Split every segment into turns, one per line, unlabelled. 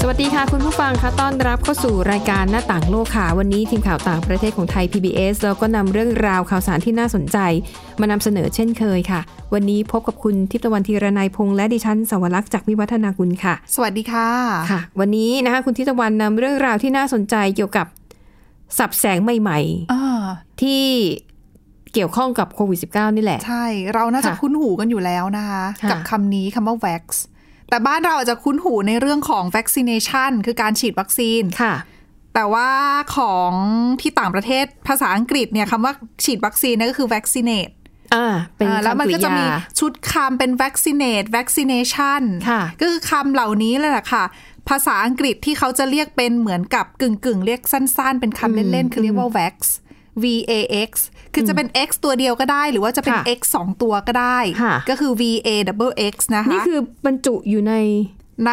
สวัสดีค่ะคุณผู้ฟังคะต้อนรับเข้าสู่รายการหน้าต่างโลกค่ะ วันนี้ทีมข่าวต่างประเทศของไทย PBS เราก็นำเรื่องราวข่าวสารที่น่าสนใจ มานำเสนอเช่นเคยค่ะ วันนี้พบกับคุณทิพย์ตะวันธีรนายพงษ์และดิฉันสวรักษ์จากวิวัฒนาคุณค่ะ
สวัสดีค่ะ
ค่ะ วันนี้นะคะคุณทิพย์ตะวันนำเรื่องราวที่น่าสนใจเกี่ยวกับสับแสงใหม่
อ่า
ๆ ที่เกี่ยวข้องกับโควิด -19 นี่แหละ
ใช่ เราน่าจะ
ค่ะ
คุ้นหูกันอยู่แล้วนะคะ
ค่ะ
กับคำนี้คำว่า vax แต่บ้านเราอาจจะคุ้นหูในเรื่องของ vaccination คือการฉีดวัคซีน
ค่ะ
แต่ว่าของที่ต่างประเทศภาษาอังกฤษเนี่ยคำว่าฉีดวัคซีนเนั่นก็คือ vaccinate
อ่า เป็น
อ่าแล้วมั
คำกริ
ก็จะมี
ยา
ชุดคำเป็น vaccinate vaccination
ค่ะ
ก็คือคำเหล่านี้เลยแหละค่ะ ภาษาอังกฤษที่เขาจะเรียกเป็นเหมือนกับกึ่งกึ่งๆ เรียกสั้นๆ เป็นคำเล่น ๆ คือเรียกว่า vax v a x คือจะเป็น x ตัวเดียวก็ได้ หรือว่าจะเป็น
ค่ะ
x สองตัวก็ได้
ค่ะ
ก็คือ v a double x นะคะ
นี่คือบรรจุอยู่ใน
ใน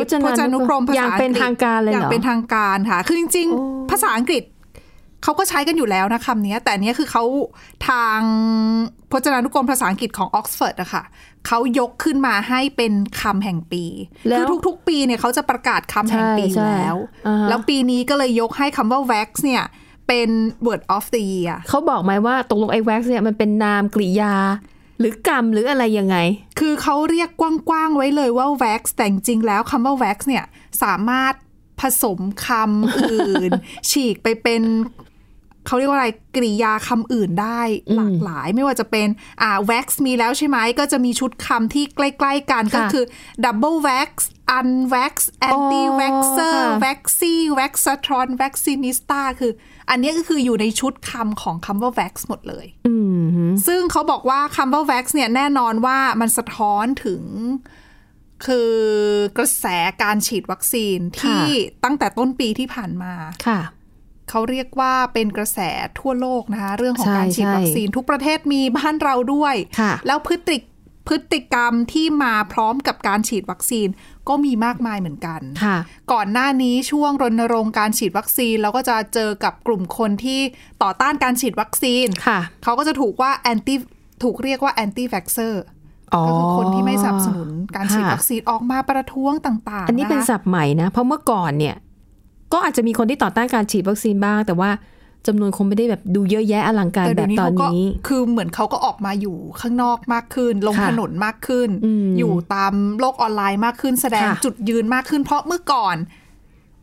พจนานุกรม
กรมภาษาอั
อย่าง
งกฤษ
เป็นทางการเลยเหรอ
อย่างเป็นทางการค่ะ คือจริง
โอ้
ๆ ภาษาอังกฤษ เขาก็ใช้กันอยู่แล้วนะคำนี้แต่อันเนี้ยคือเขาทางพจนานุกรมภาษาอังกฤษของออกซฟอร์ดอะค่ะเขายกขึ้นมาให้เป็นคำแห่งปี
แล้ว
คือทุกๆ ปีเนี่ยเขาจะประกาศคำแห่งปีอ
ใช่
ยู่
ใช่
แล้ว
อ่าฮะ
แล้วปีนี้ก็เลยยกให้คำว่า vax เนี่ยเป็น word of the year
เขาบอกไหมว่าตกลงไอ้แว็กซ์เนี่ยมันเป็นนามกริยา หรือกรรมหรืออะไรยังไง
คือเขาเรียกกว้างๆไว้เลยว่า vax แต่จริงๆแล้วคำว่า vax เนี่ยสามารถผสมคำอื่น ฉีกไปเป็น เขาเรียกว่าอะไรกริยาคำอื่นได้หลากหลาย ไม่ว่าจะเป็นอ่า wax มีแล้วใช่ไหมก็จะมีชุดคำที่ใกล้ ๆ กัน
ค่ะ
ก็คือ double wax unvax anti waxer
อ๋อค่ะ
vaxi waxatron vaccinista คือ อันนี้ก็คืออยู่ในชุดคำของคำว่า wax หมดเลย
อืมหือ
ซึ่งเขาบอกว่าคำว่า vax เนี่ยแน่นอนว่ามันสะท้อนถึงคือกระแสการฉีดวัคซีนที่
ค่
ตั้งแต่ต้นปีที่ผ่านมา
ค่ะ
เขาเรียกว่าเป็นกระแสทั่วโลกนะคะ เรื่องของ
ใช่
การฉีดวัคซีนทุกประเทศมีบ้านเราด้วย
ค่ะ
แล้วพฤติพฤติกรรมที่มาพร้อมกับการฉีดวัคซีนก็มีมากมายเหมือนกัน
ค่ะ
ก่อนหน้านี้ช่วงรณรงค์การฉีดวัคซีนเราก็จะเจอกับกลุ่มคนที่ต่อต้านการฉีดวัคซีน
ค่ะ
เขาก็จะถูกว่าแอนตี้ถูกเรียกว่าแอนตี้แว็กเซอร์
อ๋อ
ก็คือคนที่ไม่สนับสนุนการฉีด
ค่ะ
วัคซีนออกมาประท้วงต่างๆ
อันนี้เป็น
นะคะ
ศัพท์ใหม่นะ เพราะเมื่อก่อนเนี่ย ก็อาจจะมีคนที่ต่อต้านการฉีดวัคซีนบ้าง แต่ว่าจำนวนคงไม่ได้แบบดูเยอะแยะอลังการแบบตอน
เขาก็
นี้
คือเหมือนเขาก็ออกมาอยู่ข้างนอกมากขึ้น ลง
ค่ะ
ถนนมากขึ้น
อืม
อยู่ตามโลกออนไลน์มากขึ้น แสดง
ค่ะ
จุดยืนมากขึ้น เพราะเมื่อก่อน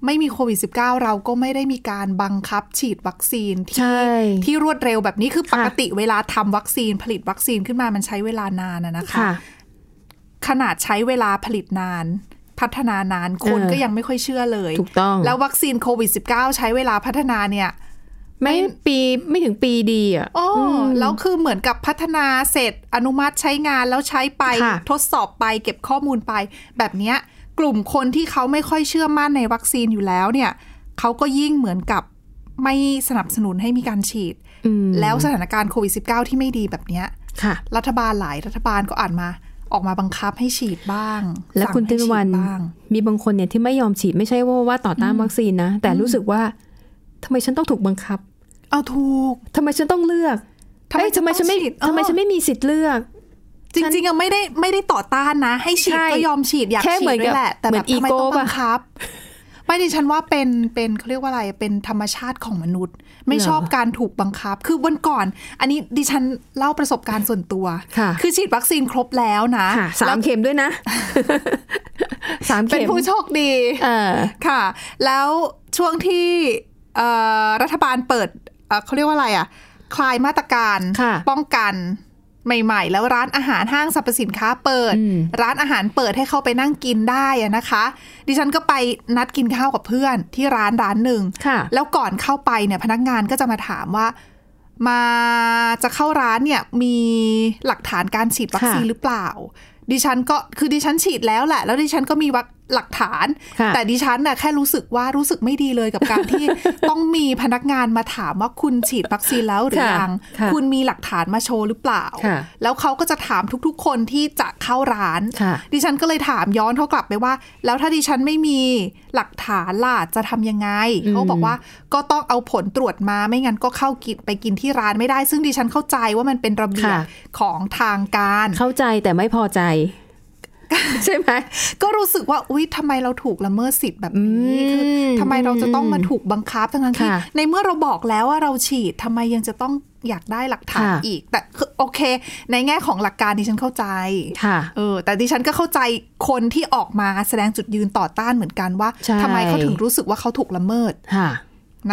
ไม่มีโควิด -19 เราก็ไม่ได้มีการบังคับฉีดวัคซีนที่
ใช่
ที่รวดเร็วแบบนี้คือป
ค่ะ
กติเวลาทำวัคซีนผลิตวัคซีนขึ้นมามันใช้เวลานานอะนะคะ
ค่ะ
ขนาดใช้เวลาผลิตนาน พัฒนานานคน
เออ
ก็ยังไม่ค่อยเชื่อเลย
ถูกต้อง
แล้ววัคซีนโควิด -19 ใช้เวลาพัฒนาเนี่ย
ไม่ปีไม่ถึงปีดีอ่ะ
โอ้แล้วคือเหมือนกับพัฒนาเสร็จอนุมัติใช้งานแล้วใช้ไป
ค่ะ
ทดสอบไปเก็บข้อมูลไป แบบเนี้ยกลุ่มคนที่เขาไม่ค่อยเชื่อมั่นในวัคซีนอยู่แล้วเนี่ยเขาก็ยิ่งเหมือนกับไม่สนับสนุนให้มีการฉีด
อืม
แล้วสถานการณ์โควิด -19 ที่ไม่ดีแบบเนี้ย
ค่ะ
รัฐบาลหลายรัฐบาลก็อ่านมาออกมาบังคับให้ฉีดบ้าง
และคุณ
สั่
ทิ
ง
พ
ให้
วรรณ
ฉีดบ้าง
มีบางคนเนี่ยที่ไม่ยอมฉีดไม่ใช่ว่าว่าต่อต้านวัคซีนนะ แต่รู้สึกว่าทำไมฉันต้องถูกบังคับ
เอาถูก
ทำไมฉันต้องเลือก
ทำไม
เอ้ย
จะ
ทำไมฉันไม่
ต้องฉีดเออ
ทำไมฉันไม่มีสิทธิ์เลือก
จริงๆอะไม่ได้ไม่ได้ต่อต้านนะ ให้ฉีด
ใช่
ก็ยอมฉีดอยาก
แค่
ฉี
เหมื
ด
อนกั
ด้ว
บ
ยแหละ แต่
เหมือน
แบบทำไมต้อง
ego
บั
ป่ะ
งคับ ไม่ดิฉันว่าเป็นเป็นเขาเรียกว่าอะไรเป็นธรรมชาติของมนุษย์ ไม่
เหรอ
ชอบการถูกบังคับ คือวันก่อน อันนี้ดิฉันเล่าประสบการณ์ส่วนตัว
ค่ะ
อฉีดวัคซีนครบแล้วนะ
ค่ะสา
แล้ว
มเข็ม ด้วยนะ สาม
เป็
เข็
น
ม
ผู้โชคดี
เออ
ค่ะ แล้วช่วงที่เอ่อรัฐบาลเปิดเอ่อเขาเรียกว่าอะไรอ่ะ คลายมาตรการ
ค่ะ
ป้องกันใหม่ ๆ แล้วร้านอาหารห้างสรรพสินค้าเปิด
อืม
ร้านอาหารเปิดให้เข้าไปนั่งกินได้อะนะคะ ดิฉันก็ไปนัดกินข้าวกับเพื่อนที่ร้านร้านหนึ่ง
ค่ะ
แล้วก่อนเข้าไปเนี่ยพนักงานก็จะมาถามว่า มาจะเข้าร้านเนี่ยมีหลักฐานการฉีดวัคซีน
ค่ะ
หรือเปล่า ดิฉันก็คือดิฉันฉีดแล้วแหละ แล้วดิฉันก็มีวัค หลักฐาน
ค่ะ
แต่ดิฉันน่ะแค่รู้สึกว่ารู้สึกไม่ดีเลยกับการที่ ต้องมีพนักงานมาถามว่าคุณฉีดวัคซีนแล้วหรือ
ค่ะ
ยัง
ค่ะ
ณมีหลักฐานมาโชว์หรือเปล่า
ค่ะ
แล้วเขาก็จะถามทุกๆ คนที่จะเข้าร้าน
ค่ะ
ดิฉันก็เลยถามย้อนเขากลับไปว่า แล้วถ้าดิฉันไม่มีหลักฐานล่ะจะทำยังไง เขาบอกว่าก็ต้องเอาผลตรวจมาไม่งั้นก็เข้ากินไปกินที่ร้านไม่ได้ ซึ่งดิฉันเข้าใจว่ามันเป็นระเบียบ
ค่ะ
ของทางการ
เข้าใจแต่ไม่พอใจ ใช่ไหม
ก็รู้สึกว่าอุ๊ยทำไมเราถูกละเมิดสิทธิ์แบบนี้คือทำไมเราจะต้องมาถูกบังคับทั้งนั้นที่
ค่ะ
ในเมื่อเราบอกแล้วว่าเราฉีดทำไมยังจะต้องอยากได้หลักฐาน
ค่ะ
อีก แต่คือโอเค ในแง่ของหลักการดิฉันเข้าใจ
ค่ะ
เออแต่ดิฉันก็เข้าใจคนที่ออกมาแสดงจุดยืนต่อต้านเหมือนกันว่า
ใช่
ทำไมเขาถึงรู้สึกว่าเขาถูกละเมิด
ค่ะ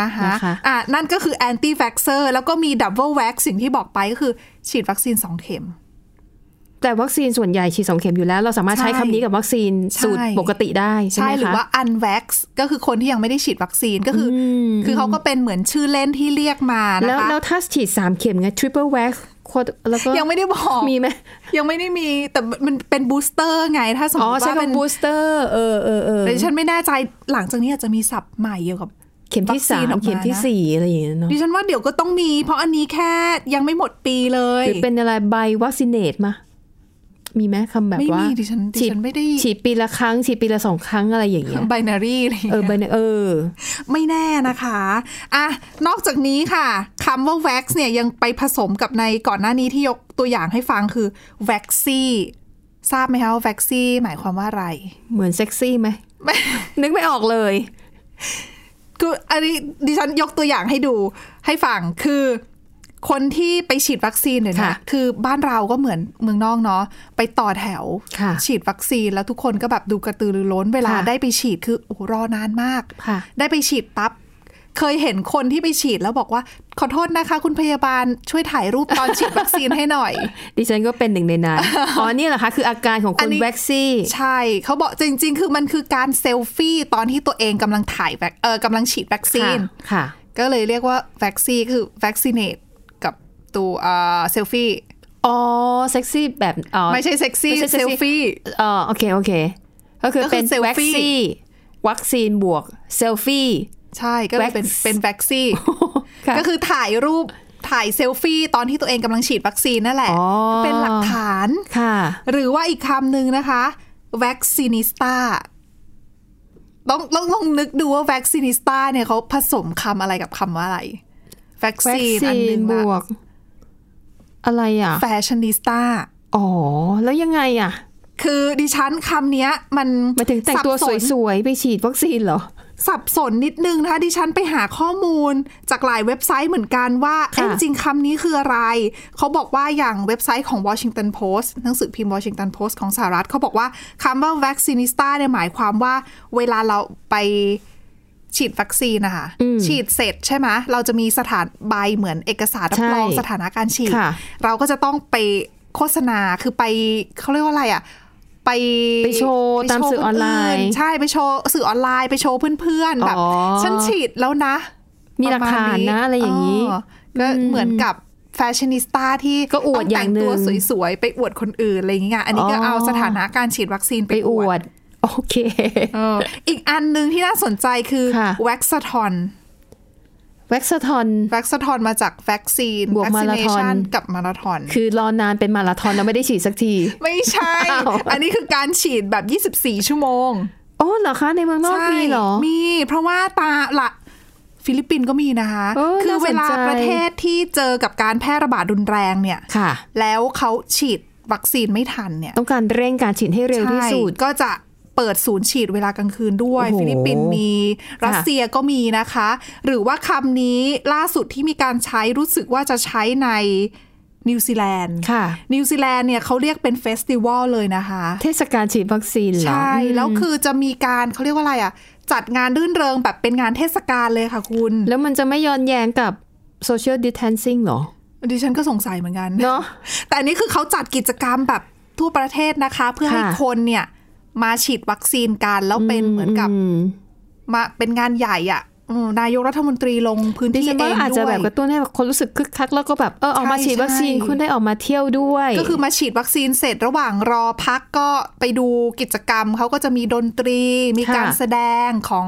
นะคะ
นะคะ
อ่ะนั่นก็คือแอนตี้แฟกเซอร์แล้วก็มีดับเบิลแว็กสิ่งที่บอกไปก็คือ ฉีดวัคซีน 2 เข็ม
แต่วัคซีนส่วนใหญ่ฉีดสองเข็มอยู่แล้ว เราสามารถใช้
ใช่
คำนี้กับวัคซีนสูตร
ใช่
ปกติได้ใช่ไหมคะ
หรือว่าอันแว็กก็คือคนที่ยังไม่ได้ฉีดวัคซีนก็คืออคือเขาก็เป็นเหมือนชื่อเล่นที่เรียกมานะ
แล้ว
คะ
แล้วถ้าฉีดสามเข็มไง triple vax โคตรแล้วก็
ยังไม่ได้บอก
มีไหม
ยังไม่ได้มีแต่มันเป็นบูสเตอร์ไงถ้าสมม
อ๋อ
ติ
ใช่
ว่า
เป็
เป็นน
บูสเตอร์เออเออเออ
แต่ดิฉันไม่แน่ใจหลังจากนี้อาจจะมีศัพท์ใหม่เกี่ยวกับ
เข็มที่สาม
วัคซีนออกมานะ
เข็มที่สี่อะไรอย่างเงี้ยเนาะ
ดิฉันว่าเดี๋ยวก็ต้องมี เพราะอันนี้แค่ยังไม่หมดปีเลย
หรือเป็นอะไรใบวัคซีเนตมา มีไหมคำแบบ
ไม่
ว่า
มีดิฉันดิ
ฉีด
ฉันไม่ได้
ฉีดปีละครั้ง ฉีดปีละสองครั้งอะไรอย่างเงี้ย
ไบนารีอะไรอย่าง
เออใบ
เงี้ย
เนี่ยเออ
ไม่แน่นะคะอ่ะนอกจากนี้ค่ะคำว่า Vax เนี่ยยังไปผสมกับในก่อนหน้านี้ที่ยกตัวอย่างให้ฟังคือ Vaxi ทราบไหมคะว่า Vaxi หมายความว่าอะไร
เหมือนเซ็กซี่ไหม นึกไม่ออกเลย
คืออันนี้ดิฉันยกตัวอย่างให้ดูให้ฟังคือคนที่ไปฉีดวัคซีนเนี่ย
ค่ะ
นะคือบ้านเราก็เหมือนเมืองนอกเนาะไปต่อแถว
ค่ะ
ฉีดวัคซีนแล้วทุกคนก็แบบดูกระตือรือร้นเวลา
ค่ะ
ได้ไปฉีดคือโอ้โหรอนานมาก
ค่ะ
ได้ไปฉีดปั๊บ เคยเห็นคนที่ไปฉีดแล้วบอกว่า ขอโทษนะคะ คุณพยาบาลช่วยถ่ายรูปตอนฉีดวัคซีนให้หน่อย
ดิฉันก็เป็นหนึ่งใน นั้น อ๋อนี่เหรอคะคืออาการของ
อั
คุ
น
ณ
นี้
แว็กซี่
ใช่เขาบอกจริง ๆ คือมันคือการเซลฟี่ตอนที่ตัวเองกำลังถ่ายวัคเออกำลังฉีดวัคซีน
ค่ะ
ก็เลยเรียกว่าวัคซีคือ vaccinate กับตัวเอ่อเซลฟี่
อ๋อเซ็กซี่แบบอ๋อ
ไม่ใช่เซ็กซี่
ไม่ใช่
เซล
sexy
ฟี่
เออโอเค โอเค ก็คือ
ก็คือ
เป็น
selfie
วัคซีนวัคซีนบวกเซลฟี่
ใช่ก็เลยเป็น
vax
เป็นวัคซี
ค่ะ
ก็คือถ่ายรูปถ่ายเซลฟี่ตอนที่ตัวเองกำลังฉีดวัคซีนนั่นแหละ
อ๋อ
เป็นหลักฐาน
ค่ะ
หรือว่าอีกคำหนึ่งนะคะวัคซีนิสตาต้องต้องลองนึกดูว่าวัคซีนิสตาเนี่ยเขาผสมคำอะไรกับคำว่าอะไรวัค
วัค
ซีนอัน
ซี
ห
น
นึ่ง
บวก อะไรอ่ะ
แฟชั่นนิสตา
อ๋อ แล้วยังไงอ่ะ
คือดิฉันคำเนี้ยมัน
หมายถึงแต่งตัว
บน
สวย ๆ ไปฉีดวัคซีนเหรอ
สับสนนิดนึงนะคะดิฉันไปหาข้อมูลจากหลายเว็บไซต์เหมือนกันว่า
ค่ะ
เอ้ยจริงๆคำนี้คืออะไร เขาบอกว่าอย่างเว็บไซต์ของ Washington Post หนังสือพิมพ์ Washington Post ของสหรัฐเขาบอกว่าคำว่า vaccinista เนี่ยหมายความว่าเวลาเราไปฉีดวัคซีนนะคะฉีดเสร็จใช่ไหมเราจะมีสถานใบเหมือนเอกสารรับรอง
ใช่
สถานะการฉีด
ค่ะ
เราก็จะต้องไปโฆษณาคือไปเขาเรียกว่าอะไรอะไป
ไปโชว์ตามสื่อออนไลน์
ปโชว์คนอื่นใช่ไปโชว์สื่อออนไลน์ไปโชว์เพื่อนๆแบบ
อ๋อ
ฉันฉีดแล้วนะ
มีหลักฐานนะอะไรอย่างนี้
นี้ก็เหมือนกับแฟชั่นนิสต้าที่
ก็อวดอย่างหนึ่ง
ต้แต่ตัวสวยๆ ไปอวดคนอื่นอะไรอย่างเงี้ยอันนี้ก็
อ๋อ
เอาสถานะการฉีดวัคซีน
ไป
ไป
อ
อว
ว
ด
ด โอเค
เอออีกอันหนึ่งที่น่าสนใจคือ
ค่ะ
แว็กซ์ทอน
วัคซทอน
แว็กซ์ทอนมาจากวัคซีน
บวกมาราธอน
vaccination กับมาราธอน
คือรอนานเป็นมาราธอนแล้วไม่ได้ฉีดสักที
ไม่ใช่
อ้าว
อันนี้คือการฉีดแบบ 24 ชั่วโมง
อ๋อเหรอคะในเมืองนอกมีเหรอ
ใช่มีเพราะว่าตาละฟิลิปปินส์ก็มีนะคะ
เออ
คือเวลา
น่าสนใจ
ประเทศที่เจอกับการแพร่ระบาดรุนแรงเนี่ย
ค่ะ
แล้วเขาฉีดวัคซีนไม่ทันเนี่ย
ต้องการเร่งการฉีดให้เร็วที่สุด
ใช่ก็จะเปิดศูนย์ฉีดเวลากลางคืนด้วย
โอ้โห
ฟิลิปปินส์มี
ค่ะ
รัสเซียก็มีนะคะ หรือว่าคำนี้ล่าสุดที่มีการใช้รู้สึกว่าจะใช้ในนิวซีแลนด์
ค่ะ
นิวซีแลนด์เนี่ยเขาเรียกเป็นเฟสติวัลเลยนะคะ
เทศกาลฉีดวัคซีนเหรอ
ใช่ แล้วคือจะมีการเขาเรียกว่าอะไรอ่ะ จัดงานรื่นเริงแบบเป็นงานเทศกาลเลยค่ะคุณ
แล้วมันจะไม่ย้อนแย้งกับ social distancing เหรอ
ดิฉันก็สงสัยเหมือนกัน
เนอะ
แต่อันนี้คือเขาจัดกิจกรรมแบบทั่วประเทศนะคะ เพื่อให้
ค่ะ
คนเนี่ยมาฉีดวัคซีนกันแล้วเป็นเหมือนกับ
อืม
มาเป็นงานใหญ่อ่ะ เออนายกรัฐมนตรีลงพื้น
ดิ
ที่
ฉัน
เอ
ว่างอาจจะ
ด้ว
แบ
ย
บกระตุ้นให้แบบคนรู้สึกคึกคัก แล้วก็แบบเออออกมา
ใช่
ฉีดวัคซีน
ใช่
คุณได้ออกมาเที่ยวด้วย
ก็คือมาฉีดวัคซีนเสร็จระหว่างรอพักก็ไปดูกิจกรรม เขาก็จะมีดนตรี มี
ะ
การแสดงของ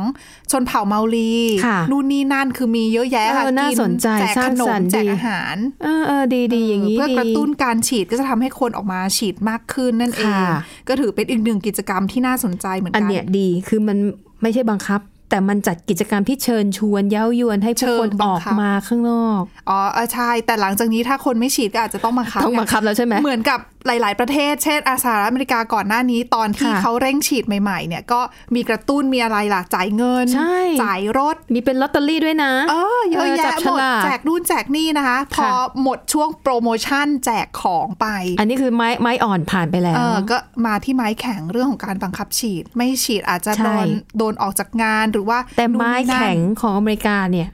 ชนเผ่าเมาลี
ค่ะ
นู่นนี่นั่นคือมีเยอะแยะค่ะ
เออน่า
กิ
สนใจ
แจก
สร้า
ข
ง
น
ส
ม
รรค์
แจก
ดี
อาหาร
เออเออดีดีอย่างนี้
เพื่อ
ดี
กระตุ้นการฉีดก็จะทำให้คนออกมาฉีดมากขึ้นนั่นเอง
ค่ะ
ก็ถือเป็นอีกหนึ่งกิจกรรมที่น่าสนใจเหมือน
อัน
กั
เนี้ยดีคือมันไม่ใช่บังคับ แต่มันจัดกิจกรรมที่เชิญชวนเย้ายวนให้ผู้
เชิ
คน
งบั
อง อก
คับ
มาข้างนอก
อ๋อเออใช่แต่หลังจากนี้ถ้าคนไม่ฉีดก็อาจจะต้องบังคับ
ต้องบังคับแล้วใช่ไหม
เหมือนกับหลาย ๆ ประเทศ เช่นอาสหรัฐอเมริกาก่อนหน้านี้ตอนที่
ค่ะ
เขาเร่งฉีดใหม่ ๆ เนี่ยก็มีกระตุ้นมีอะไรล่ะจ่ายเงิน
ใช่
จ่ายรถ
มีเป็นลอตเตอรี่ด้วยนะ
เออเยอะ
เออจั
แยะ
บ
หมด
ฉลาก
แจกนู่นแจกนี่นะคะ พอ
ค่ะ
หมดช่วงโปรโมชั่นแจกของไป
อันนี้คือไม้ไม้อ่อนผ่านไปแล้ว
เออก็มาที่ไม้แข็งเรื่องของการบังคับฉีด ไม่ฉีดอาจจะ
ใช่
โดนโดนออกจากงานหรือว่า
แต่
นู่น
ไม้
นี่นั่น
แข็งของอเมริกาเนี่ย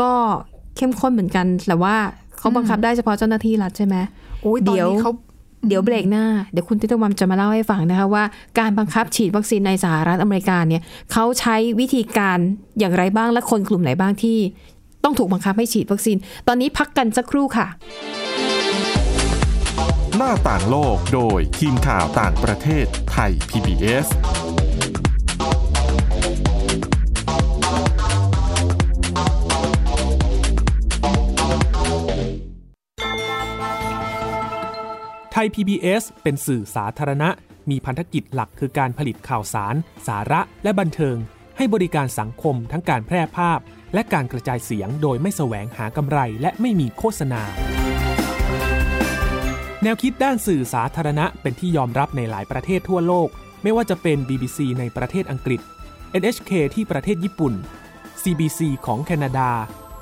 ก็เข้มข้นเหมือนกันแต่ว่าเขาบังคับได้เฉพาะเจ้าหน้าที่รัฐใช่ไหม
โอ้ยตอน
เดี๋ยว
นี้เขา
เดี๋ยวเบรกหน้า เดี๋ยวคุณทิตวัมจะมาเล่าให้ฟังนะคะว่าการบังคับฉีดวัคซีนในสหรัฐอเมริกาเนี่ยเขาใช้วิธีการอย่างไรบ้างและคนกลุ่มไหนบ้างที่ ต้องถูกบังคับให้ฉีดวัคซีน ตอนนี้พักกันสักครู่ค่ะ
หน้าต่างโลกโดยทีมข่าวต่างประเทศไทย PBS
ไทย PBS เป็นสื่อสาธารณะ มีพันธกิจหลักคือการผลิตข่าวสาร สาระ และบันเทิง ให้บริการสังคมทั้งการแพร่ภาพ และการกระจายเสียงโดยไม่แสวงหากำไรและไม่มีโฆษณา แนวคิดด้านสื่อสาธารณะเป็นที่ยอมรับในหลายประเทศทั่วโลก ไม่ว่าจะเป็น BBC ในประเทศอังกฤษ NHK ที่ประเทศญี่ปุ่น CBC ของแคนาดา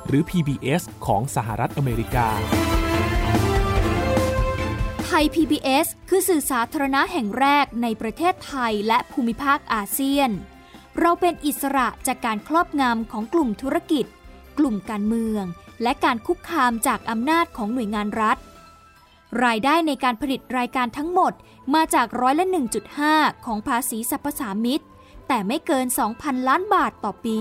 หรือ PBS ของสหรัฐอเมริกา
ไทย PBS คือสื่อสาธารณะแห่งแรกในประเทศไทยและภูมิภาคอาเซียน เราเป็นอิสระจากการครอบงำของกลุ่มธุรกิจ กลุ่มการเมือง และการคุกคามจากอำนาจของหน่วยงานรัฐ รายได้ในการผลิตรายการทั้งหมดมาจากร้อยละ 1.5 ของภาษีสรรพสามิตแต่ไม่เกิน 2,000 ล้านบาทต่อปี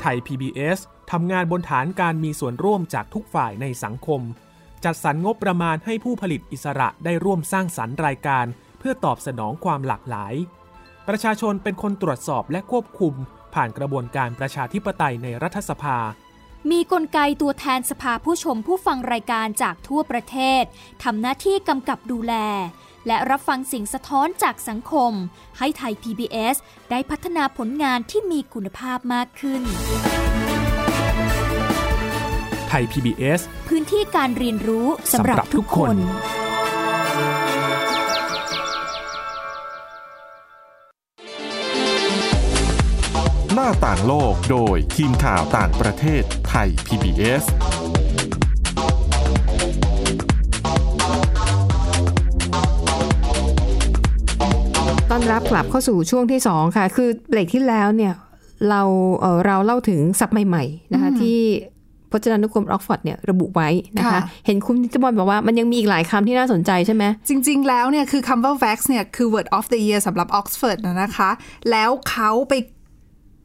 ไทย PBS ทำงานบนฐานการมีส่วนร่วมจากทุกฝ่ายในสังคม จัดสรรงบประมาณให้ผู้ผลิตอิสระได้ร่วมสร้างสรรค์รายการ เพื่อตอบสนองความหลากหลาย ประชาชนเป็นคนตรวจสอบและควบคุม ผ่านกระบวนการประชาธิปไตยในรัฐสภา
มีกลไกตัวแทนสภาผู้ชมผู้ฟังรายการจากทั่วประเทศทำหน้าที่กำกับดูแล และรับฟังเสิ่งสะท้อนจากสังคม ให้ไทย PBS ได้พัฒนาผลงานที่มีคุณภาพมากขึ้น
ไทย PBS
พื้นที่การเรียนรู้สำหรับทุกคน
หน้าต่างโลกโดยทีมข่าวต่างประเทศไทย PBS
ต้อนรับกลับเข้าสู่ช่วงที่ 2 ค่ะ คือเบรกที่แล้วเนี่ยเราเอ่อเราเล่าถึงศัพท์ใหม่ๆนะคะ
อืม
ที่พจนานุกรมออกฟอร์ดเนี่ยระบุไว้นะคะ
ค่ะ
เห็นคุณนิตบอลบอกว่ามันยังมีอีกหลายคำที่น่าสนใจใช่ไหม
จริง ๆ แล้วเนี่ยคือคำว่า vax เนี่ยคือ word of the year สำหรับ Oxford นะนะคะ แล้วเขาไป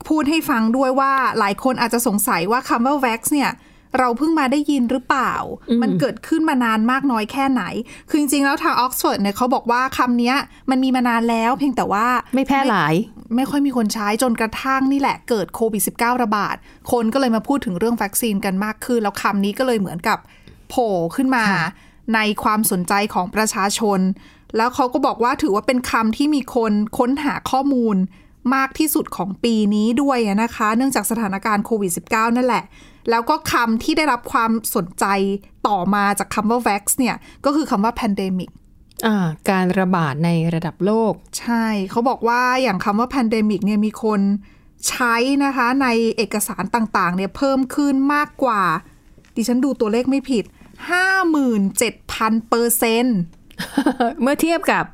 พูดให้ฟังด้วยว่าหลายคนอาจจะสงสัยว่าคำว่า vax เนี่ยเราเพิ่งมาได้ยินหรือเปล่า มันเกิดขึ้นมานานมากน้อยแค่ไหน คือจริง ๆ แล้วทาง Oxford เนี่ยเขาบอกว่าคำเนี้ยมันมีมานานแล้ว เพียงแต่ว่า
ไม่แพร่หลาย
ไม่ค่อยมีคนใช้จนกระทั่งนี่แหละเกิดโควิด -19 ระบาด คนก็เลยมาพูดถึงเรื่องวัคซีนกันมากขึ้น แล้วคำนี้ก็เลยเหมือนกับโผล่ขึ้นมา
ค่ะ
ในความสนใจของประชาชน แล้วเขาก็บอกว่าถือว่าเป็นคำที่มีคนค้นหาข้อมูลมากที่สุดของปีนี้ด้วยนะคะ เนื่องจากสถานการณ์โควิด -19 นั่นแหละ แล้วก็คำที่ได้รับความสนใจต่อมาจากคำว่า vax เนี่ยก็คือคำว่า pandemic
อ่าการระบาดในระดับโลก
ใช่ เขาบอกว่าอย่างคำว่า pandemic เนี่ยมีคนใช้นะคะในเอกสารต่างๆเนี่ยเพิ่มขึ้นมากกว่า ดิฉันดูตัวเลขไม่ผิด 57,000เปอร์เซ็นต์
เมื่อเทียบกับ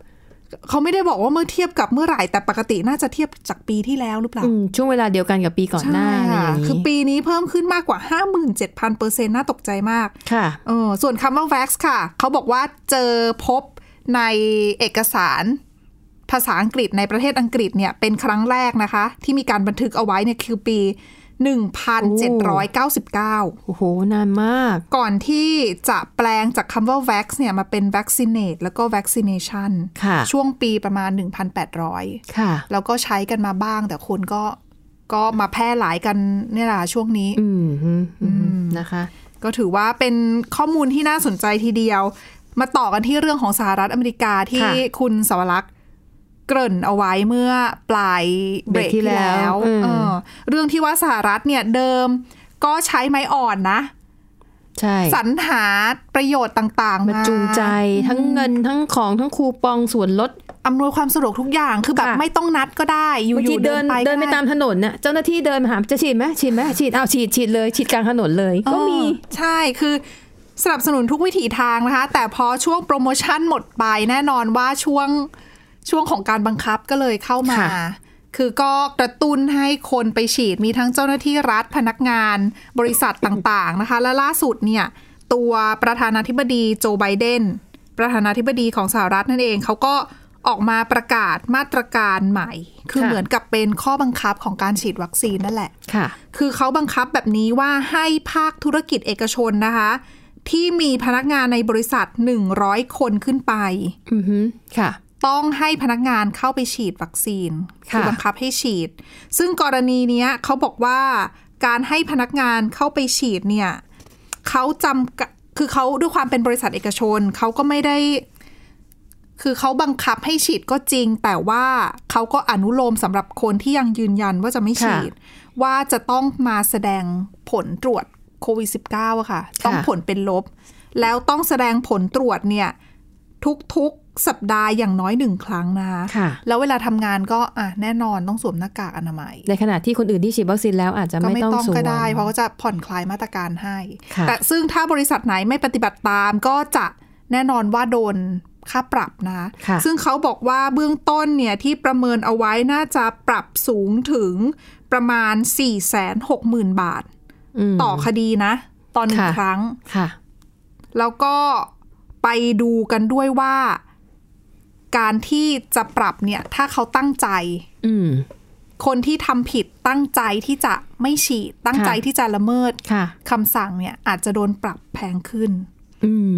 เขาไม่ได้บอกว่าเมื่อเทียบกับเมื่อไหร่ แต่ปกติน่าจะเทียบจากปีที่แล้วหรือเปล่า
อืมช่วงเวลาเดียวกันกับปีก่อนหน้าอะไร
ใช่
อย่าง
คือ
นี้
ปีนี้เพิ่มขึ้นมากกว่า 57,000เปอร์เซ็นต์น่าตกใจมาก
ค่ะ
เออส่วนคำว่า vax ค่ะ เขาบอกว่าเจอพบในเอกสาร ภาษาอังกฤษในประเทศอังกฤษเนี่ยเป็นครั้งแรกนะคะ ที่มีการบันทึกเอาไว้เนี่ยคือปี 1799
โอ้โห นานมาก
ก่อนที่จะแปลงจากคำว่า vax เนี่ยมาเป็น vaccinate แล้วก็ vaccination
ค่ะ
ช่วงปีประมาณ 1,800
ค่ะ
แล้วก็ใช้กันมาบ้าง แต่คนก็ก็มาแพร่หลายกันเนี่ยแหละช่วงนี้
อืมฮึอืมนะคะ
ก็ถือว่าเป็นข้อมูลที่น่าสนใจทีเดียว มาต่อกันที่เรื่องของสหรัฐอเมริกาที่
ค่ะ
คุณสวรักษ์เกริ่นเอาไว้เมื่อปลายเบรกที่แล้ว
เบรกที่แล้วอืม
เออเรื่องที่ว่าสหรัฐเนี่ยเดิมก็ใช้ไม้อ่อนนะ
ใช่
สรรหาประโยชน์ต่างๆ
มาจูงใจทั้งเงินทั้งของทั้งคูปองส่วนลด
อำนวยความสะดวกทุกอย่างคือแบบ
ค่ะ
ไม่ต้องนัดก็ได้ อบ
างที
ยู่ๆเดิ
เดิ
น
น
ไป
เดินไป
ก็ด้
ตามถนนน่ะเจ้าหน้าที่เดินมาหาจะฉีดไหมฉีดไหมฉีดเอาฉีดฉีดเลย ฉีดกลางถนนเลย ก็มี
เออใช่คือสนับสนุนทุกวิถีทางนะคะ แต่พอช่วงโปรโมชั่นหมดไปแน่นอนว่าช่วงช่วงของการบังคับก็เลยเข้ามา
ค่ะ
คือก็กระตุ้นให้คนไปฉีดมีทั้งเจ้าหน้าที่รัฐพนักงานบริษัทต่างๆนะคะ และล่าสุดเนี่ย ตัวประธานาธิบดีโจไบเดนประธานาธิบดีของสหรัฐนั่นเองเขาก็ออกมาประกาศมาตรการใหม่ คือเหมือนกับเป็นข้อบังคับของการฉีดวัคซีนนั่นแหละ
ค่ะ
คือเขาบังคับแบบนี้ว่าให้ภาคธุรกิจเอกชนนะคะ ที่มีพนักงานในบริษัท 100 คนขึ้นไป
อือฮึค่ะ
ต้องให้พนักงานเข้าไปฉีดวัคซีน
ค่ะ
บังคับให้ฉีด ซึ่งกรณีเนี้ยเขาบอกว่าการให้พนักงานเข้าไปฉีดเนี่ยเขาจำกัดคือเขาด้วยความเป็นบริษัทเอกชนเขาก็ไม่ได้ คือเขาบังคับให้ฉีดก็จริง แต่ว่าเขาก็อนุโลมสำหรับคนที่ยังยืนยันว่าจะไม่ฉีด ว่าจะต้องมาแสดงผลตรวจโควิด -19 อะค่ะ ต้องผลเป็นลบ แล้วต้องแสดงผลตรวจเนี่ย ทุกๆสัปดาห์อย่างน้อยหนึ่งครั้งนะคะ
ค่ะ
แล้วเวลาทำงานก็อ่ะแน่นอนต้องสวมหน้ากากอนามัย
ในขณะที่คนอื่นที่ฉีดวัคซีนแล้วอาจจะ
ก็
ไม่
ไม่
ต้อง
ต้อง
สวม
ก็ได้ เพราะก็จะผ่อนคลายมาตรการให้
ค่ะ
แต่ซึ่งถ้าบริษัทไหนไม่ปฏิบัติตามก็จะแน่นอนว่าโดนค่าปรับนะคะ
ค่ะ
ซึ่งเขาบอกว่าเบื้องต้นเนี่ยที่ประเมินเอาไว้น่าจะปรับสูงถึงประมาณ 460,000 บาท
ม
ต่อคดีนะ ตอนหนึ่ง
ค่ะ
ครั้ง
ค่ะ
แล้วก็ไปดูกันด้วยว่า การที่จะปรับเนี่ย ถ้าเขาตั้งใจ
อืม
คนที่ทำผิดตั้งใจที่จะไม่ฉีด ตั้งใจ
ค่ะ
ที่จะละเมิด
ค่ะ
คำสั่งเนี่ยอาจจะโดนปรับแพงขึ้น
อืม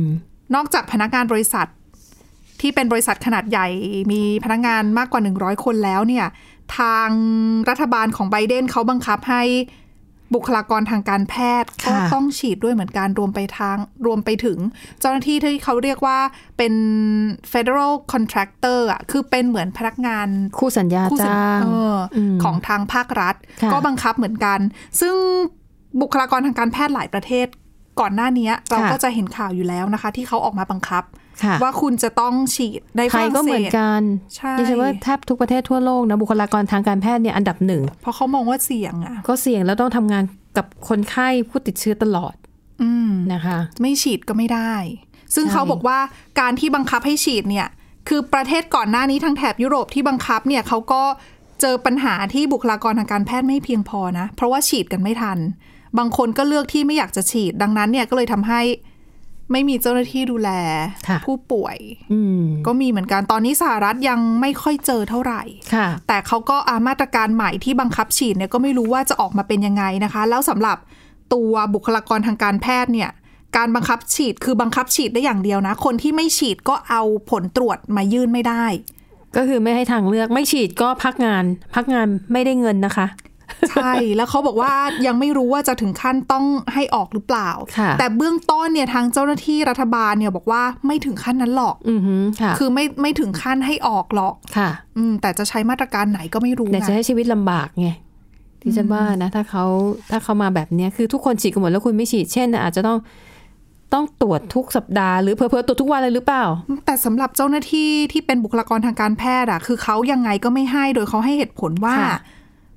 นอกจากพนักงานบริษัท ที่เป็นบริษัทขนาดใหญ่ มีพนักงานมากกว่า 100 คนแล้วเนี่ย ทางรัฐบาลของไบเดนเขาบังคับให้บุคลากรทางการแพทย์ก็
ค่ะ
ต้องฉีดด้วยเหมือนกันรวมไปทางรวมไปถึง เจ้าหน้าที่ที่เขาเรียกว่าเป็น federal contractor อ่ะคือเป็นเหมือนพนักงาน
คู่สัญญา
คู่สัญ
จ้าง
เอออ
ม
ของทางภาครัฐ
ค่ะ
ก็บังคับเหมือนกัน ซึ่งบุคลากรทางการแพทย์หลายประเทศ ก่อนหน้าเนี้ย เรา
ค่ะ
ก็จะเห็นข่าวอยู่แล้วนะคะ ที่เขาออกมาบังคับ
ค่ะ
ว่าคุณจะต้องฉีดใน
ไท
ฝ
ย
รั่ง
ก็
เศ
เหมือน
ส
กัน
ใช่
ดิฉันว่าแทบทุกประเทศทั่วโลกนะบุคลากรทางการแพทย์เนี่ยอันดับหนึ่ง
เพราะเขามองว่าเสี่ยงอ่ะ
ก็เสี่ยงแล้วต้องทำงานกับคนไข้ผู้ติดเชื้อตลอด
อืม
นะคะ
ไม่ฉีดก็ไม่ได้ ซึ่ง
ใช่
เขาบอกว่าการที่บังคับให้ฉีดเนี่ย คือประเทศก่อนหน้านี้ทางแถบยุโรปที่บังคับเนี่ยเขาก็เจอปัญหาที่บุคลากรทางการแพทย์ไม่เพียงพอนะ เพราะว่าฉีดกันไม่ทัน บางคนก็เลือกที่ไม่อยากจะฉีด ดังนั้นเนี่ยก็เลยทำให้ไม่มีเจ้าหน้าที่ดูแล
ค่ะ
ผู้ป่วย
อืม
ก็มีเหมือนกันตอนนี้สหรัฐยังไม่ค่อยเจอเท่าไหร่
ค่ะ
แต่เขาก็อามาตรการใหม่ที่บังคับฉีดเนี่ยก็ไม่รู้ว่าจะออกมาเป็นยังไงนะคะ แล้วสำหรับตัวบุคลากรทางการแพทย์เนี่ยการบังคับฉีดคือบังคับฉีดได้อย่างเดียวนะ คนที่ไม่ฉีดก็เอาผลตรวจมายื่นไม่ได้
ก็คือไม่ให้ทางเลือกไม่ฉีดก็พักงาน พักงานไม่ได้เงินนะคะ
ใช่ แล้วเขาบอกว่ายังไม่รู้ว่าจะถึงขั้นต้องให้ออกหรือเปล่า
ค่ะ
แต่เบื้องต้นเนี่ยทางเจ้าหน้าที่รัฐบาลเนี่ยบอกว่าไม่ถึงขั้นนั้นหรอก
อือหือค่ะ
คือไม่ไม่ถึงขั้นให้ออกหรอก
ค่ะ
อืม แต่จะใช้มาตรการไหนก็ไม่รู้
อยาก
นะ
จะให้ชีวิตลำบากไงที่ฉันว่านะ ถ้าเขาถ้าเขามาแบบเนี้ยคือทุกคนฉีดกันหมดแล้วคุณไม่ฉีดเช่นอาจจะต้องต้องตรวจทุกสัปดาห์หรือเพอเพอๆตรวจทุกวันเลยหรือเปล่า
แต่สำหรับเจ้าหน้าที่ที่เป็นบุคลากรทางการแพทย์อะคือเขายังไงก็ไม่ให้โดยเขาให้เหตุผลว่า
ค่ะ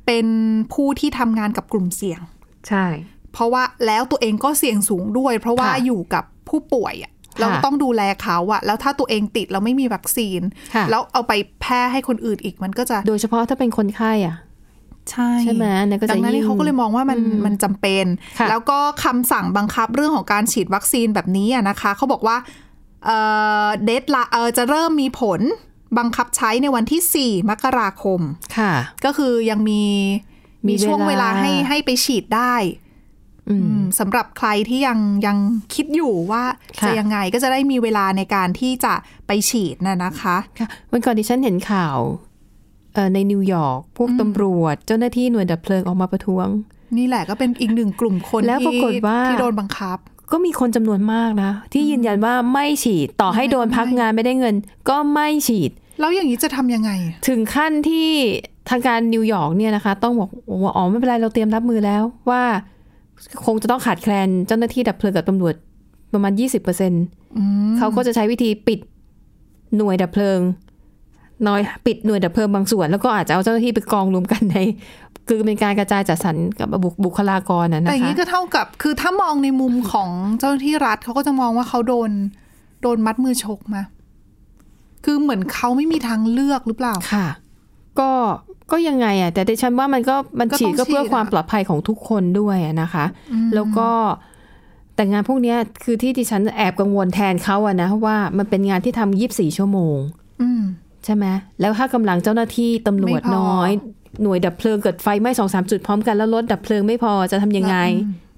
เป็นผู้ที่ทำงานกับกลุ่มเสี่ยง
ใช่
เพราะว่าแล้วตัวเองก็เสี่ยงสูงด้วย เพราะว่า
ค่ะ
อยู่กับผู้ป่วยอะเราก็ต้องดูแลเขาอะแล้วถ้าตัวเองติดแล้วไม่มีวัคซีน
ค่ะ
แล้วเอาไปแพร่ให้คนอื่นอีกมันก็จะ
โดยเฉพาะถ้าเป็นคนไข้อ่ะ
ใช่
ใช่ไหมเนี่ยก็จะ
ดังนั้น
ยิ่ง
เขาก็เลยมองว่ามัน
อืม
มันจำเป็น
ค่ะ
แล้วก็คำสั่งบังคับเรื่องของการฉีดวัคซีนแบบนี้อะนะคะเขาบอกว่าเดทละเออจะเริ่มมีผล บังคับใช้ในวันที่ 4 มกราคม
ค่ะ
ก็คือยังมี
มี
มีช่วงเวลา
เวลา
ให้ให้ไปฉีดได้
อืม
อืมสำหรับใครที่ยังยังคิดอยู่ว่า
ค่ะ
จะยังไงก็จะได้มีเวลาในการที่จะไปฉีดน่ะนะคะ
ค่ะวันก่อนดิฉันเห็นข่าวเอ่อในนิวยอร์กพวกตำรวจ เจ้าหน้าที่หน่วยดับเพลิงออกมาประท้วง
นี่แหละก็เป็นอีกหนึ่งกลุ่มคน
แล้วปรา
ที่
กฏว่า
ที่โดนบังคับ
ก็มีคนจำนวนมากนะ ที่ยืนยันว่าไม่ฉีดต่อให้โดนพักงานไม่ได้เงิน ก็ไม่ฉีด
แล้วอย่างนี้จะทำยังไง
ถึงขั้นที่ทางการนิวยอร์กเนี่ยนะคะ ต้องบอกว่าอ๋อไม่เป็นไรเราเตรียมรับมือแล้วว่าคงจะต้องขาดแคลนเจ้าหน้าที่ดับเพลิงกับตำรวจประมาณ 20%เเขาก็จะใช้วิธีปิดหน่วยดับเพลิง น้อยปิดหน่วยดับเพลิงบางส่วน แล้วก็อาจจะเอาเจ้าหน้าที่ไปกองรวมกันใน คือเป็นการกระจายจัดสรรกับบุคบุคลากรนะนะ
แต่อย่าง
คะ
นี้ก็เท่ากับ คือถ้ามองในมุมของเจ้าหน้าที่รัฐเขาก็จะมองว่าเขาโดน โดนมัดมือชกมา คือเหมือนเขาไม่มีทางเลือกหรือเปล่า
ค่ะ ก็ก็ยังไงอ่ะ แต่ดิฉันว่ามันก็มัน
ก็ต้อง
ฉีดก็เพื่อ
ฉีดอะ
ความปลอดภัยของทุกคนด้วยอะนะคะ แล้วก็แต่งานพวกเนี้ยคือที่ดิฉันแอบกังวลแทนเขาอะนะว่ามันเป็นงานที่ทำยีิบสี่ชั่วโมง
อืม
ใช่ไหมแล้วถ้ากำลังเจ้าหน้าที่ตำรวจ
ไม่พอ
น้อย หน่วยดับเพลิงเกิดไฟไหม้สองสามจุดพร้อมกันแล้วรถดับเพลิงไม่พอจะทำยังไง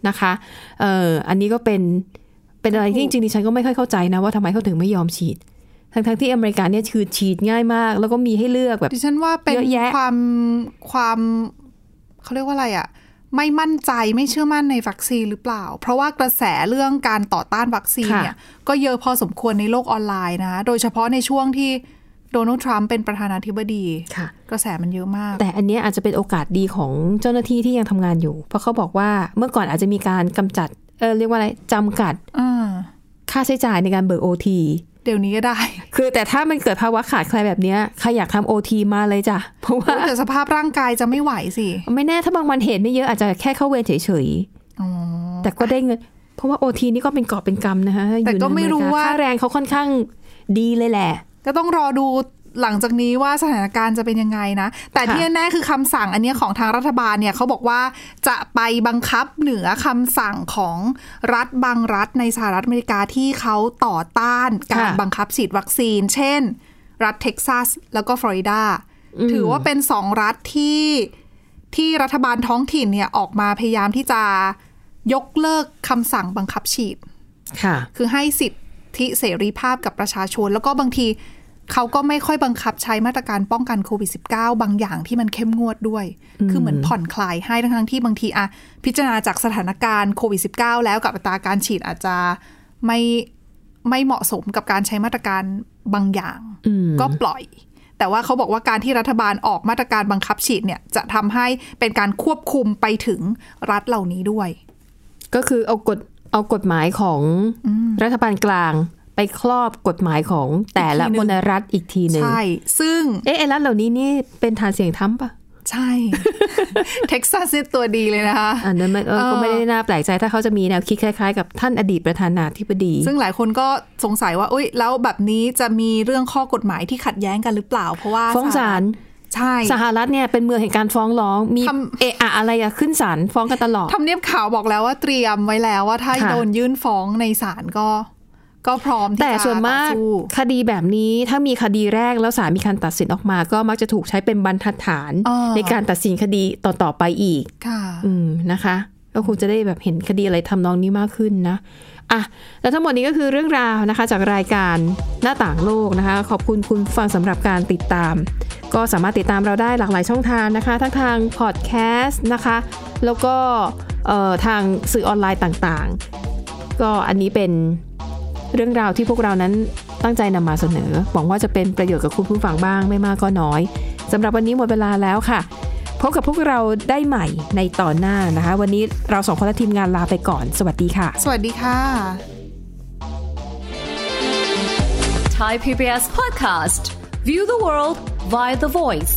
นะคะเอออันนี้ก็เป็นเป็นอะไรที่จริงๆดิฉันก็ไม่ค่อยเข้าใจนะว่าทำไมเขาถึงไม่ยอมฉีด ทั้งๆที่อเมริกาเนี่ยคือฉีดง่ายมาก แล้วก็มีให้เลือกแบบ
ดิฉันว่าเป็น
เยอะแยะ
ความความเขาเรียกว่าอะไรอะไม่มั่นใจไม่เชื่อมั่นในวัคซีนหรือเปล่า เพราะว่ากระแสเรื่องการต่อต้านวัคซีนเนี่ย ก็เยอะพอสมควรในโลกออนไลน์นะ โดยเฉพาะในช่วงที่โดนัลด์ทรัมป์เป็นประธานาธิบดี
ค่ะ
กระแสมันเยอะมาก
แต่อันเนี้ยอาจจะเป็นโอกาสดีของเจ้าหน้าที่ที่ยังทำงานอยู่ เพราะเขาบอกว่าเมื่อก่อนอาจจะมีการกำจัดเออเรียกว่าอะไรจำกัด
อ่า
ค่าใช้จ่ายในการเบิกโอที
เดี๋ยวนี้ก็ได้
คือแต่ถ้ามันเกิดภาวะขาดแคลนแบบเนี้ยใครอยากทำโอทีมาเลยจ้ะเพราะว่า
โอ้ยแต่สภาพร่างกายจะไม่ไหวสิ
ไม่แน่ถ้าบางวันเหตุไม่เยอะอาจจะแค่เข้าเวรเฉย
อ๋อ
ๆ แต่ก็ได้เงิน เพราะว่าโอทีนี่ก็เป็นกอบเป็นกำนะคะ
แต่ก็ไม่รู้ว่า
อยู่ในอเมริกค่าแรงเขาค่อนข้างดีเลยแหละ
ก็ต้องรอดูหลังจากนี้ว่าสถานการณ์จะเป็นยังไงนะ แต่
ค่ะ
ที่แน่ๆคือคำสั่งอันเนี้ยของทางรัฐบาลเนี่ยเขาบอกว่าจะไปบังคับเหนือคำสั่งของรัฐบางรัฐในสหรัฐอเมริกาที่เขาต่อต้านการบังคับฉีดวัคซีน เช่น รัฐเท็กซัสแล้วก็ฟลอริดา ถือว่าเป็นสองรัฐที่ที่รัฐบาลท้องถิ่นเนี่ยออกมาพยายามที่จะยกเลิกคำสั่งบังคับฉีด
ค่ะ
คือให้สิทธิเสรีภาพกับประชาชน แล้วก็บางทีเขาก็ไม่ค่อยบังคับใช้มาตรการป้องกันโควิด -19 บางอย่างที่มันเข้มงวดด้วย คือเหมือนผ่อนคลายให้ทั้งๆที่บางทีอะพิจารณาจากสถานการณ์โควิด -19 แล้วกับอัตราการฉีดอาจจะไม่ไม่เหมาะสมกับการใช้มาตรการบางอย่าง ก็ปล่อย แต่ว่าเขาบอกว่าการที่รัฐบาลออกมาตรการบังคับฉีดเนี่ยจะทำให้เป็นการควบคุมไปถึงรัฐเหล่านี้ด้วย
ก็คือเอากฎเอากฎหมายของรัฐบาลกลาง ไปครอบกฎหมายของแต่ละ
อีกที
ม
หนึ่ง
ณรัฐอีกทีหนึ่ง
ใช่ ซึ่ง
เอ๊ะไอ้รัฐเหล่านี้นี่เป็นฐานเสียงทั้มปะ
ใช่ เท็กซัสนี่ตัวดีเลยนะคะ
อันนั้นมันเออ
เออ
ก็ไม่ได้น่าแปลกใจถ้าเขาจะมีแนวคิดคล้ายๆ กับท่านอดีตประธานาธิบดี
ซึ่งหลายคนก็สงสัยว่าอุ้ยแล้วแบบนี้จะมีเรื่องข้อกฎหมายที่ขัดแย้งกันหรือเปล่า เพราะว่า
ฟ้องศาล
ใช่
สหรัฐเนี่ยเป็นเมืองแห่งการฟ้องร้องมีเอะอะอะไรอะขึ้นศาลฟ้องกันตลอด
ทำเนียบข่าวบอกแล้วว่าเตรียมไว้แล้วว่าถ้า
ค่ะ
โดนยื่นฟ้องในศาลก็ ก็พร้อมที่
แต่
จะ
ส่วนมาก
ต่อสู้
คดีแบบนี้ถ้ามีคดีแรกแล้วศาลมีการตัดสินออกมา ก็มักจะถูกใช้เป็นบรรทัดฐานในการตัดสินคดีต่อ ๆ ไปอีก
ค่ะ
อืมนะคะ ก็คงจะได้แบบเห็นคดีอะไรทำนองนี้มากขึ้นนะอ่ะแล้วทั้งหมดนี้ก็คือเรื่องราวนะคะ จากรายการหน้าต่างโลกนะคะ ขอบคุณคุณผู้ฟังสำหรับการติดตาม ก็สามารถติดตามเราได้หลากหลายช่องทางนะคะ ทั้งทางพอดแคสต์นะคะ แล้วก็เอ่อทางสื่อออนไลน์ต่างๆ ก็อันนี้เป็นเรื่องราวที่พวกเรานั้นตั้งใจนำมาเสนอ หวังว่าจะเป็นประโยชน์กับคุณผู้ฟังบ้างไม่มากก็น้อยสำหรับวันนี้หมดเวลาแล้วค่ะ พบกับพวกเราได้ใหม่ในตอนหน้านะคะ วันนี้เราสองคนและทีมงานลาไปก่อน สวัสดีค่ะ
สวัสดีค่ะ
Thai PBS podcast. View the world via the voice.